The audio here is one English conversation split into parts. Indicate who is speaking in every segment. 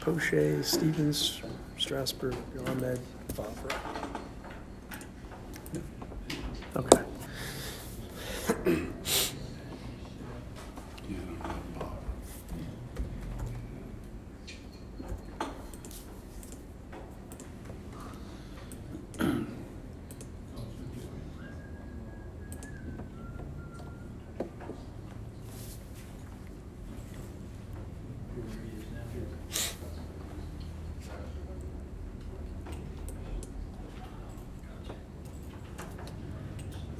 Speaker 1: Poche, Stevens, Strasburg, Ahmed, Favre. Okay.
Speaker 2: You don't have Bob.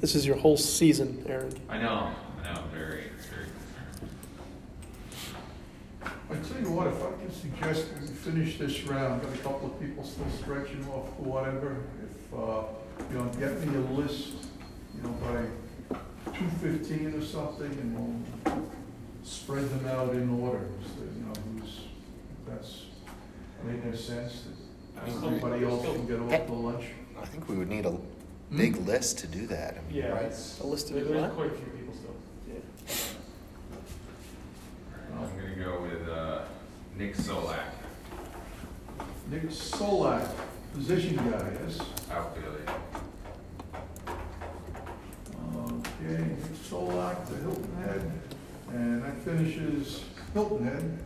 Speaker 1: This is your whole season, Aaron.
Speaker 3: I know, I know, very, very concerned.
Speaker 4: I tell you what, if I can suggest we finish this round, got a couple of people still stretching off for whatever. If, uh, you know, get me a list, you know, by two fifteen or something, and we'll spread them out in order, so, that, you know, who's, if that's, made no sense that
Speaker 3: Still-
Speaker 4: somebody else can get off the lunch. Hmm?
Speaker 5: I think we would need a big list to do that. I mean,
Speaker 6: Yeah,
Speaker 5: right?
Speaker 6: it's,
Speaker 1: A list of
Speaker 6: there's
Speaker 1: what?
Speaker 6: quite a few people still.
Speaker 3: I'm gonna go with, uh, Nick Solak,
Speaker 4: Nick Solak, position guy, yes?
Speaker 3: outfielder.
Speaker 4: Okay, Nick Solak to Hilton Head, and that finishes Hilton Head.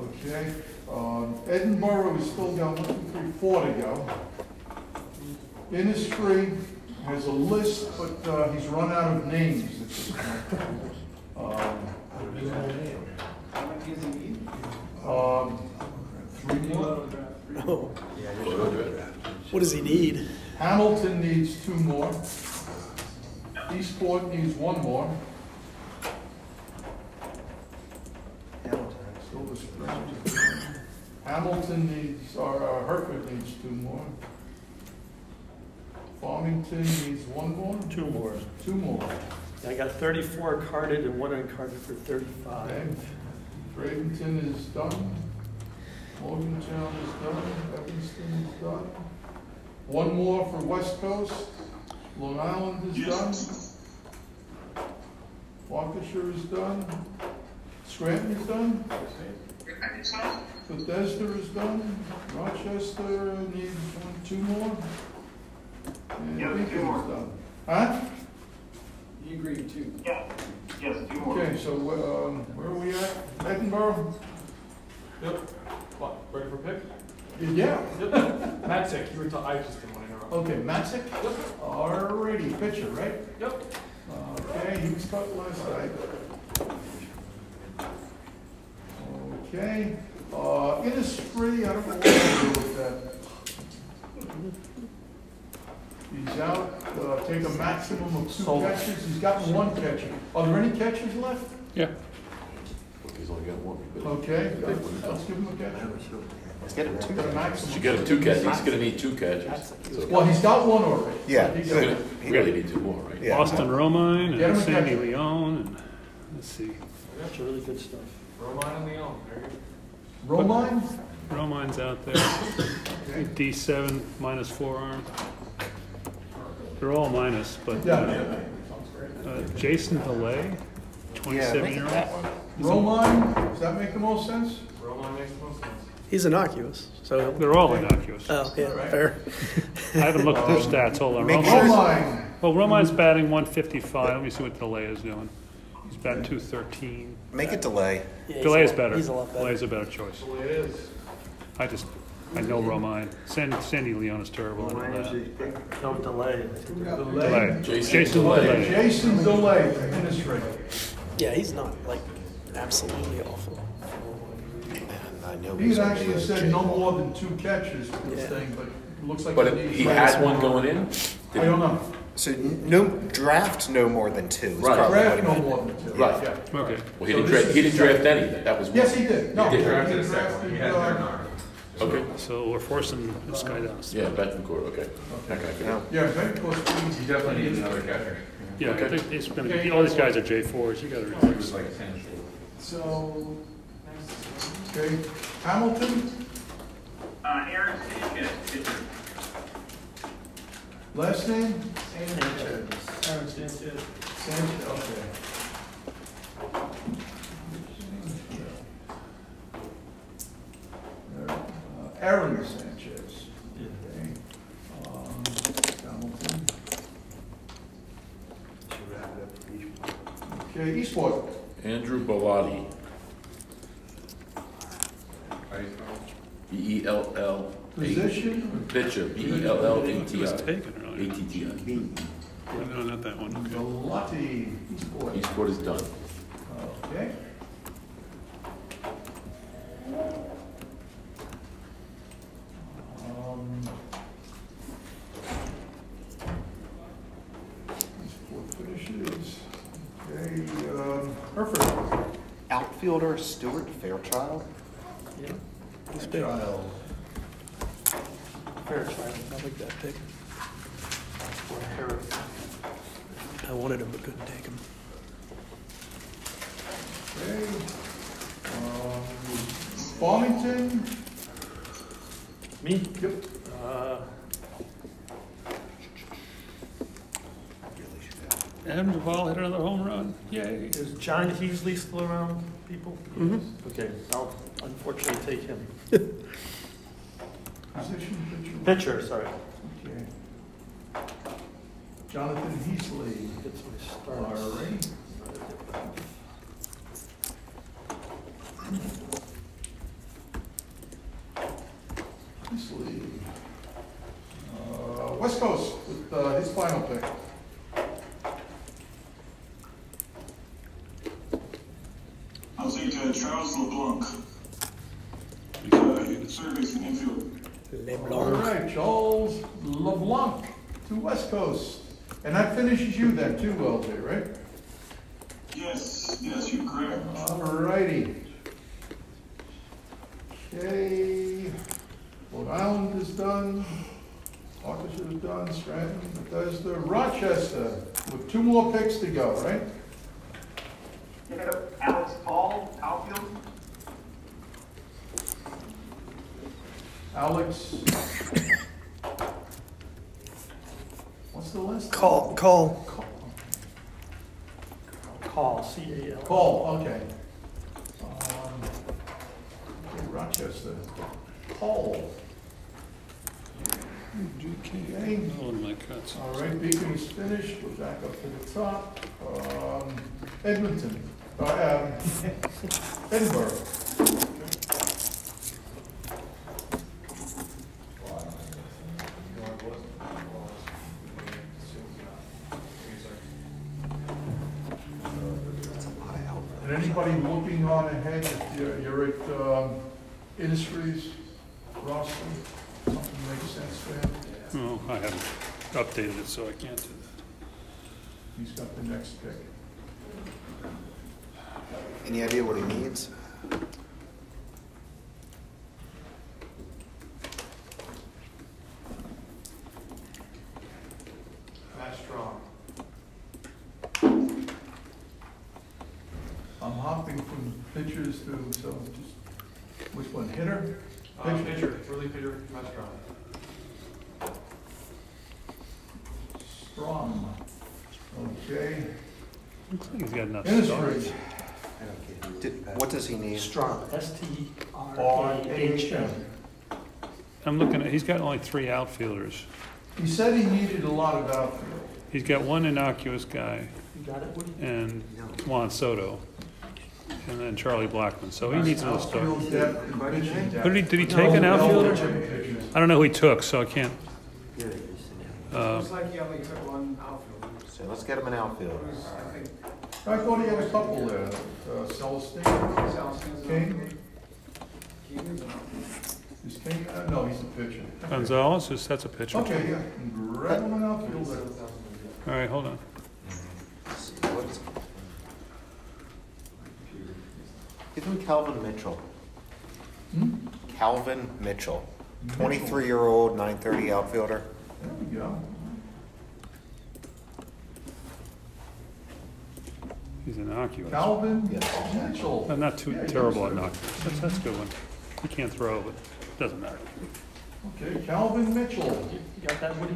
Speaker 4: Okay, um, Edinburgh, we still got one, two, three, four to go. Innisfree has a list, but uh, he's run out of names. at this point. Um,
Speaker 6: How much is it need?
Speaker 4: um, Three more?
Speaker 1: Oh. What does he need?
Speaker 4: Hamilton needs two more. Eastport needs one more. Hamilton needs, or uh, Hereford needs two more. Farmington needs one more,
Speaker 6: Two more.
Speaker 4: two more,
Speaker 1: I got 34 carded and one uncarded for 35.
Speaker 4: okay? Bradenton is done. Morgantown is done, Evanston is done. One more for West Coast, Long Island is done. Waukesha is done. Scranton is done. Bethesda is done, Rochester needs one, two more. And Lincoln is done. Huh?
Speaker 6: You agreed too.
Speaker 4: Okay, so, um, where are we at? Edinburgh?
Speaker 6: Yep. What, ready for pick?
Speaker 4: Yeah.
Speaker 6: Yep. Matt sick, you were ta- I just didn't want to interrupt.
Speaker 4: Okay, Matzik? Alrighty, pitcher, right?
Speaker 6: Yep.
Speaker 4: Okay, he was cut last night. Okay, uh, Innisfree, I don't know what to do with that. He's out, uh, take a maximum of two catches, he's gotten one catcher. Are there any catches left?
Speaker 2: He's only got one.
Speaker 4: Okay, let's give him a catch.
Speaker 5: Let's get him two.
Speaker 4: Got a maximum.
Speaker 2: You got him two catches, he's gonna need two catches.
Speaker 4: Well, he's got one already.
Speaker 5: Yeah.
Speaker 4: He's
Speaker 2: He's gonna
Speaker 4: got-
Speaker 2: really need two more, right?
Speaker 5: Yeah.
Speaker 7: Austin Romine
Speaker 4: Get him
Speaker 7: and
Speaker 4: a
Speaker 7: Sandy
Speaker 4: catcher.
Speaker 7: Leon, and let's see,
Speaker 1: That's really good stuff.
Speaker 6: Romine and Leon, there you go.
Speaker 4: Romine?
Speaker 7: Romine's out there,
Speaker 4: Okay.
Speaker 7: D seven minus forearm. They're all minus, but uh,
Speaker 4: Yeah,
Speaker 7: uh, Jason Delay, twenty-seven year old.
Speaker 4: Romine, does that make the most sense?
Speaker 6: Romine makes the most sense.
Speaker 1: He's innocuous, so.
Speaker 7: They're all innocuous. I
Speaker 1: Oh, yeah, fair.
Speaker 7: haven't looked at their stats, hold on.
Speaker 5: Make
Speaker 7: Romine-
Speaker 5: sure-
Speaker 4: Romine,
Speaker 7: Well, Romine's batting one fifty-five, let me see what Delay is doing. He's batting two thirteen.
Speaker 5: Make it delay.
Speaker 1: Yeah, he's
Speaker 7: Delay is
Speaker 1: a-
Speaker 7: better.
Speaker 1: He's a lot better.
Speaker 7: Delay's a better choice.
Speaker 6: The way it is.
Speaker 7: I just, I know Romine. San- Sandy Leon is terrible, I know that.
Speaker 1: No delay.
Speaker 7: Delay.
Speaker 2: Jason
Speaker 7: Jason
Speaker 2: Delay.
Speaker 7: Delay.
Speaker 4: Jason Delay, Innisfree.
Speaker 1: Yeah, he's not like absolutely awful.
Speaker 5: And I know
Speaker 4: He's
Speaker 5: on
Speaker 4: actually
Speaker 5: the
Speaker 4: said
Speaker 5: J-
Speaker 4: no more than two catches for this
Speaker 1: Yeah.
Speaker 4: thing, but it looks like.
Speaker 2: But
Speaker 4: needs
Speaker 2: he
Speaker 4: practice.
Speaker 2: had one going in?
Speaker 4: I don't know.
Speaker 5: So n- no draft, no more than two. is
Speaker 2: Right.
Speaker 5: probably
Speaker 4: Draft
Speaker 5: what
Speaker 4: no
Speaker 5: he meant.
Speaker 4: more than two.
Speaker 2: Oh, Right.
Speaker 4: yeah.
Speaker 7: Okay.
Speaker 2: Well, he didn't draft, he didn't draft anything, that was. one.
Speaker 4: Yes, he did. No.
Speaker 2: He did.
Speaker 3: Drafted a second one, he had
Speaker 4: uh,
Speaker 3: Bernard.
Speaker 2: Okay,
Speaker 7: So we're forcing this guy down.
Speaker 2: yeah, Bettencourt, okay. Okay, okay.
Speaker 4: Yeah, very close. to-
Speaker 3: He definitely needs another catcher.
Speaker 7: Yeah, I think it's gonna be, all these guys are J fours, you gotta
Speaker 3: He
Speaker 7: replace.
Speaker 3: was like ten short.
Speaker 6: So, next.
Speaker 4: Okay, Hamilton,
Speaker 8: Uh, Aaron Sanchez, pitcher.
Speaker 4: last name?
Speaker 6: Aaron Sanchez.
Speaker 4: Sanchez, Uh, okay. Aaron Sanchez.
Speaker 1: Yeah.
Speaker 4: Okay. Um, Hamilton. Okay, Eastport.
Speaker 2: Andrew Bellotti,
Speaker 3: How do you spell it?
Speaker 2: B E L L A.
Speaker 4: Position?
Speaker 2: Pitcher, B E L L A
Speaker 7: It
Speaker 2: T
Speaker 7: was
Speaker 2: I.
Speaker 7: taken
Speaker 2: A
Speaker 7: earlier.
Speaker 2: T T I.
Speaker 7: No, not that one, okay.
Speaker 4: Galati, Eastport.
Speaker 2: Eastport is done.
Speaker 4: Okay. Um, Eastport finishes. Okay, um, Hereford.
Speaker 5: Outfielder Stuart Fairchild?
Speaker 1: Yeah.
Speaker 4: Child.
Speaker 1: Fair trial. I like that pick. Or Harris. I wanted him, but couldn't take him.
Speaker 4: Okay. Um, Farmington.
Speaker 1: Me?
Speaker 4: Yep.
Speaker 1: Uh,
Speaker 5: Really should have.
Speaker 7: Adam Duval hit another home run, yay.
Speaker 1: Is John Heasley still around, people? Mm-hmm. Okay, I'll unfortunately take him.
Speaker 4: Position that
Speaker 1: Pitcher, sorry.
Speaker 4: you okay. Jonathan Heasley.
Speaker 1: Gets my
Speaker 4: All
Speaker 1: start.
Speaker 4: right. Heasley. Uh, West Coast with uh, his final pick.
Speaker 8: I'll take uh, Charles LeBlanc. Uh, service in infield.
Speaker 4: All right, Charles LeBlanc to West Coast. And that finishes you then too, LJ, right?
Speaker 8: Yes, yes, you're correct.
Speaker 4: All righty. Okay, Rhode Island is done, Arkansas is done, Stratton, Bethesda, Rochester, with two more picks to go, right?
Speaker 8: Alex Paul, outfield.
Speaker 4: Alex. What's the last?
Speaker 1: Call, call.
Speaker 4: Call,
Speaker 1: Call, C-A-L.
Speaker 4: Call, okay. Um, okay, Rochester, Call. Okay.
Speaker 7: Oh, my cuts.
Speaker 4: All right, Beacon is finished, we're back up to the top. Um, Edmonton, uh, um, Edinburgh. And anybody looking on ahead, if you're, you're at, um, Industries, Rosslyn, something makes sense there?
Speaker 7: Oh, I haven't updated it, so I can't do that.
Speaker 4: He's got the next pick.
Speaker 5: Any idea what he needs?
Speaker 6: Matt Strong.
Speaker 4: I'm hopping from pitchers to, so just, which one, hitter?
Speaker 6: Uh, pitcher, really pitcher, Matt Strong.
Speaker 4: Strong. Okay.
Speaker 7: Looks like he's got enough stars.
Speaker 4: Industry.
Speaker 5: Did- What does he need?
Speaker 1: Strong,
Speaker 4: R H
Speaker 1: S-T-R-A-H-M.
Speaker 4: M.
Speaker 7: I'm looking at, he's got only three outfielders.
Speaker 4: He said he needed a lot of outfield.
Speaker 7: He's got one innocuous guy
Speaker 1: You got it, Woody?
Speaker 7: and Juan Soto, and then Charlie Blackman, so he needs a little start.
Speaker 4: Outfield depth and pitching depth.
Speaker 7: Who did he, did he take an
Speaker 4: No,
Speaker 7: outfielder?
Speaker 4: no, pitchers.
Speaker 7: I don't know who he took, so I can't.
Speaker 6: Uh,
Speaker 7: Uh,
Speaker 6: Looks like he only took one outfielder.
Speaker 5: So let's get him an outfielder.
Speaker 6: Who's, I think,
Speaker 4: I thought he had a couple there, uh, Celestine,
Speaker 6: who's Alston's
Speaker 4: King,
Speaker 6: Keegan's an outfielder.
Speaker 4: is King, uh, no, he's a pitcher.
Speaker 7: Gonzalez, is- that's a pitcher. All
Speaker 4: Okay, yeah, grab him an outfielder.
Speaker 7: right, hold on.
Speaker 5: Give him Calvin Mitchell.
Speaker 4: Hmm?
Speaker 5: Calvin Mitchell, 23 year old, 930 outfielder.
Speaker 4: There we go.
Speaker 7: He's innocuous.
Speaker 4: Calvin
Speaker 5: Yes.
Speaker 4: Mitchell.
Speaker 7: I'm not too
Speaker 4: Yeah, he
Speaker 7: terrible
Speaker 4: was
Speaker 7: at
Speaker 4: there.
Speaker 7: knockoffs. That's, that's a good one. He can't throw, but doesn't matter.
Speaker 4: Okay, Calvin Mitchell.
Speaker 1: You got that, Woody?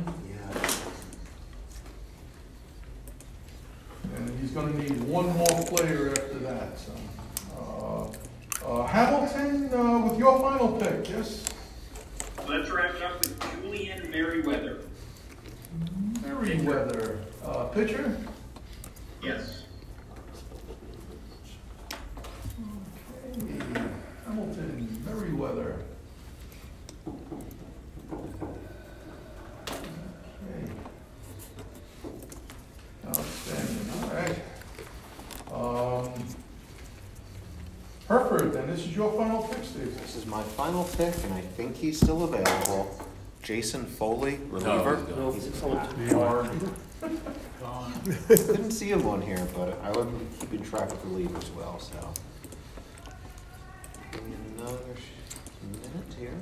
Speaker 4: And he's gonna need one more player after that, so. uh, uh, Hamilton, uh, with your final pick, yes?
Speaker 8: let's wrap it up with Julian Merriweather.
Speaker 4: Merriweather, uh, pitcher?
Speaker 8: Yes.
Speaker 4: Hey, Hamilton, Merriweather. Okay. Outstanding, all right. Um, Hereford, then, this is your final pick, Steve.
Speaker 5: This is my final pick, and I think he's still available. Jason Foley,
Speaker 4: Oh,
Speaker 5: reliever.
Speaker 2: No,
Speaker 5: He's out. Or- Didn't see him on here, but I would be keeping track of relievers well, so. Give me another sh- minute here.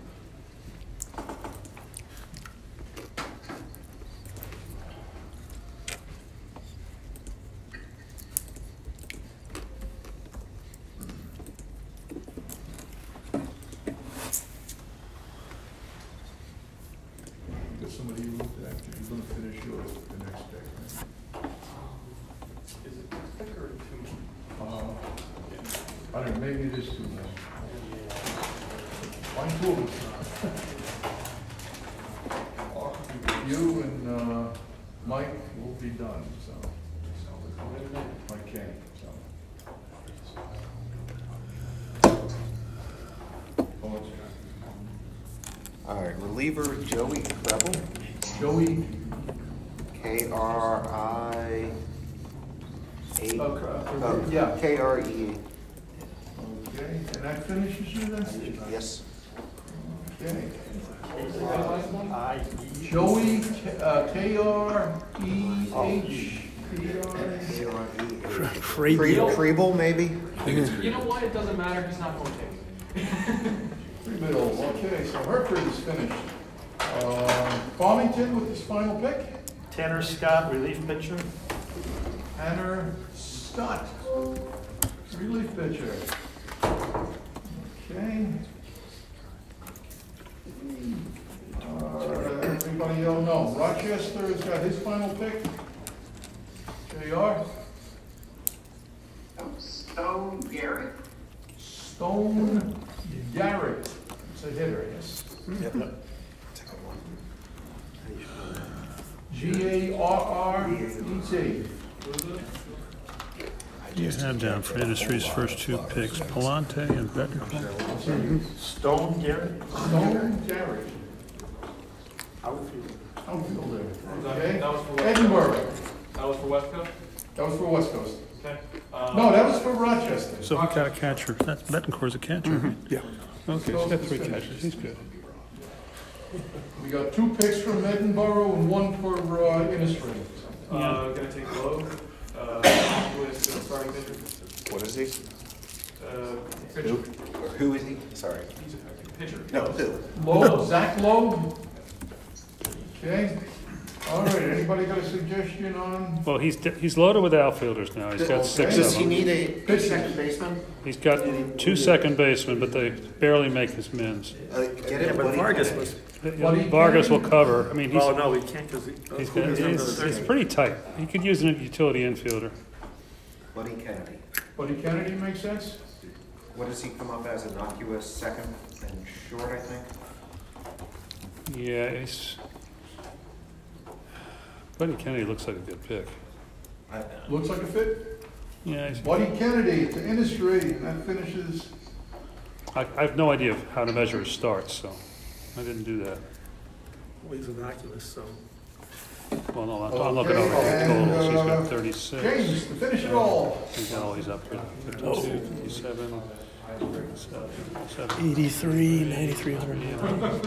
Speaker 4: Get somebody who, after you're gonna finish yours the next day.
Speaker 6: Is it thicker or too much?
Speaker 4: Uh, I don't know, maybe it is too much. Mine too. With You and uh, Mike will be done, so. Mike Kane, so. Oh,
Speaker 5: All right, reliever Joey Krebel,
Speaker 4: Joey,
Speaker 5: K R I A.
Speaker 4: Oh, Kre-
Speaker 5: Oh,
Speaker 4: yeah.
Speaker 5: K R E.
Speaker 4: okay, and that finishes you then, Steve?
Speaker 5: Yes.
Speaker 4: Okay. Joey, K- uh, K R E H, K R.
Speaker 5: K R E A.
Speaker 1: Crazy.
Speaker 5: Kre- Krebel, maybe?
Speaker 2: I think it's
Speaker 9: You
Speaker 2: Creed.
Speaker 9: know what? It doesn't matter. He's not going to take it.
Speaker 4: Middle, okay, so Hereford is finished. Uh, Farmington with his final pick,
Speaker 10: Tanner Scott, relief pitcher.
Speaker 4: Tanner Scott, relief pitcher. Okay. All right, Everybody Uh, else, no, Rochester has got his final pick. JR,
Speaker 8: Stone Garrett.
Speaker 4: Stone Garrett, it's a hitter, yes. G A R R E T.
Speaker 7: You have down for Industries' first two picks, Palante and Betancourt.
Speaker 10: Stone Garrett,
Speaker 4: Stone Garrett.
Speaker 10: outfield.
Speaker 4: Outfielder,
Speaker 9: That-
Speaker 4: okay?
Speaker 9: that was for-
Speaker 4: Edinburgh,
Speaker 9: That was for West Coast?
Speaker 4: that was for West Coast.
Speaker 9: Okay.
Speaker 6: Uh,
Speaker 4: No, that was for Rochester.
Speaker 7: So who got a catcher? That's, Betancourt's a catcher.
Speaker 1: Yeah.
Speaker 7: Okay, he's got three catchers, he's good.
Speaker 4: We got two picks from Edinburgh and one for uh, Innisfree.
Speaker 9: Uh, gonna take Lowe, uh, who is the starting pitcher,
Speaker 5: What is he?
Speaker 9: uh,
Speaker 5: Who?
Speaker 9: pitcher,
Speaker 5: Or who is he? Sorry.
Speaker 9: pitcher.
Speaker 5: No, who?
Speaker 4: Lowe, Zach Lowe? Okay, all right, anybody got a suggestion on?
Speaker 7: Well, he's, he's loaded with outfielders now, he's got six of
Speaker 5: Does
Speaker 7: them.
Speaker 5: he need a
Speaker 4: Pitching.
Speaker 5: second baseman?
Speaker 7: He's got two second basemen, but they barely make his mins.
Speaker 5: Uh, Get him
Speaker 10: But
Speaker 5: Woody
Speaker 10: Vargas
Speaker 5: Pettit.
Speaker 10: was,
Speaker 7: Vargas will cover, I mean, he's,
Speaker 10: oh, no, we uh, can't because
Speaker 7: he's, it's, it's pretty tight. He could use a utility infielder.
Speaker 5: Woody Kennedy.
Speaker 4: Buddy Kennedy makes sense?
Speaker 5: What does he come up as? Innocuous second and short, I think.
Speaker 7: Yeah, he's, Buddy Kennedy looks like a good pick.
Speaker 5: I-
Speaker 4: Looks like a fit.
Speaker 7: Yeah, he's,
Speaker 4: Buddy Kennedy to Innisfree, and that finishes
Speaker 7: I, I have no idea how to measure his starts, so I didn't do that.
Speaker 10: Well, he's innocuous, so.
Speaker 7: Well, no, I'm- I'm looking over
Speaker 4: Okay,
Speaker 7: the totals, he's
Speaker 4: and, uh,
Speaker 7: got thirty-six,
Speaker 4: James to finish it all.
Speaker 7: he's got all these up there, fifty-two, fifty-seven, seven.
Speaker 1: 83, 93, 100.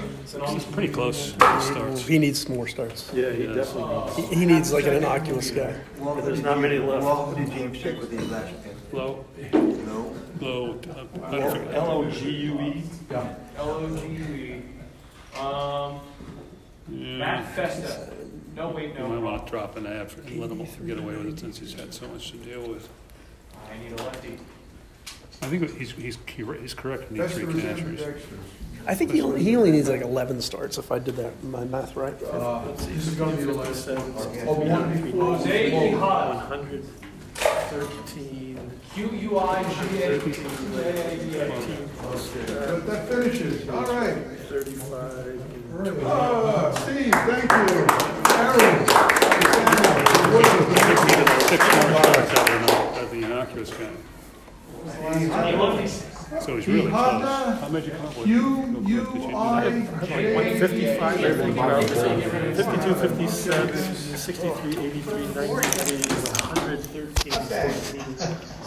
Speaker 7: He's pretty close to the starts.
Speaker 1: He needs some more starts.
Speaker 10: Yeah, he definitely,
Speaker 1: He, he needs like an innocuous guy.
Speaker 10: there's not many left.
Speaker 5: Well, who did James pick with his last pick?
Speaker 7: Low,
Speaker 5: No.
Speaker 7: low, uh, I don't forget.
Speaker 10: L O G U E.
Speaker 4: Yeah.
Speaker 9: L O G U E, um,
Speaker 7: Yeah.
Speaker 9: Matt Festa, no, wait,
Speaker 7: You might
Speaker 9: no,
Speaker 7: want to drop an ad for- and let him get away with it since he's had so much to deal with.
Speaker 9: I need a lefty.
Speaker 7: I think he's, he's, he's correct, he needs
Speaker 4: That's the
Speaker 7: three
Speaker 4: reason
Speaker 7: catchers.
Speaker 1: I think he, only- he only needs like 11 starts if I did that, my math right.
Speaker 4: Uh, this is Uh, gonna be the last one.
Speaker 5: Yeah.
Speaker 4: Oh, one before.
Speaker 9: Jose
Speaker 4: Lowe.
Speaker 9: Quijada,
Speaker 10: One hundred. thirteen.
Speaker 6: Q U I G A T.
Speaker 4: That that finishes, all right.
Speaker 10: Thirty-five.
Speaker 4: Ah, Steve, thank you. Aaron. Susanna, Woodward, thank you.
Speaker 7: Six more shots at the ino- at the innocuous guy. So he's really close.
Speaker 4: Ihana
Speaker 7: How many close?
Speaker 4: Q U I J.
Speaker 10: One fifty-five, I think, about fifty-two, fifty-seven, sixty-three, eighty-three, ninety-three, one hundred thirteen, fourteen.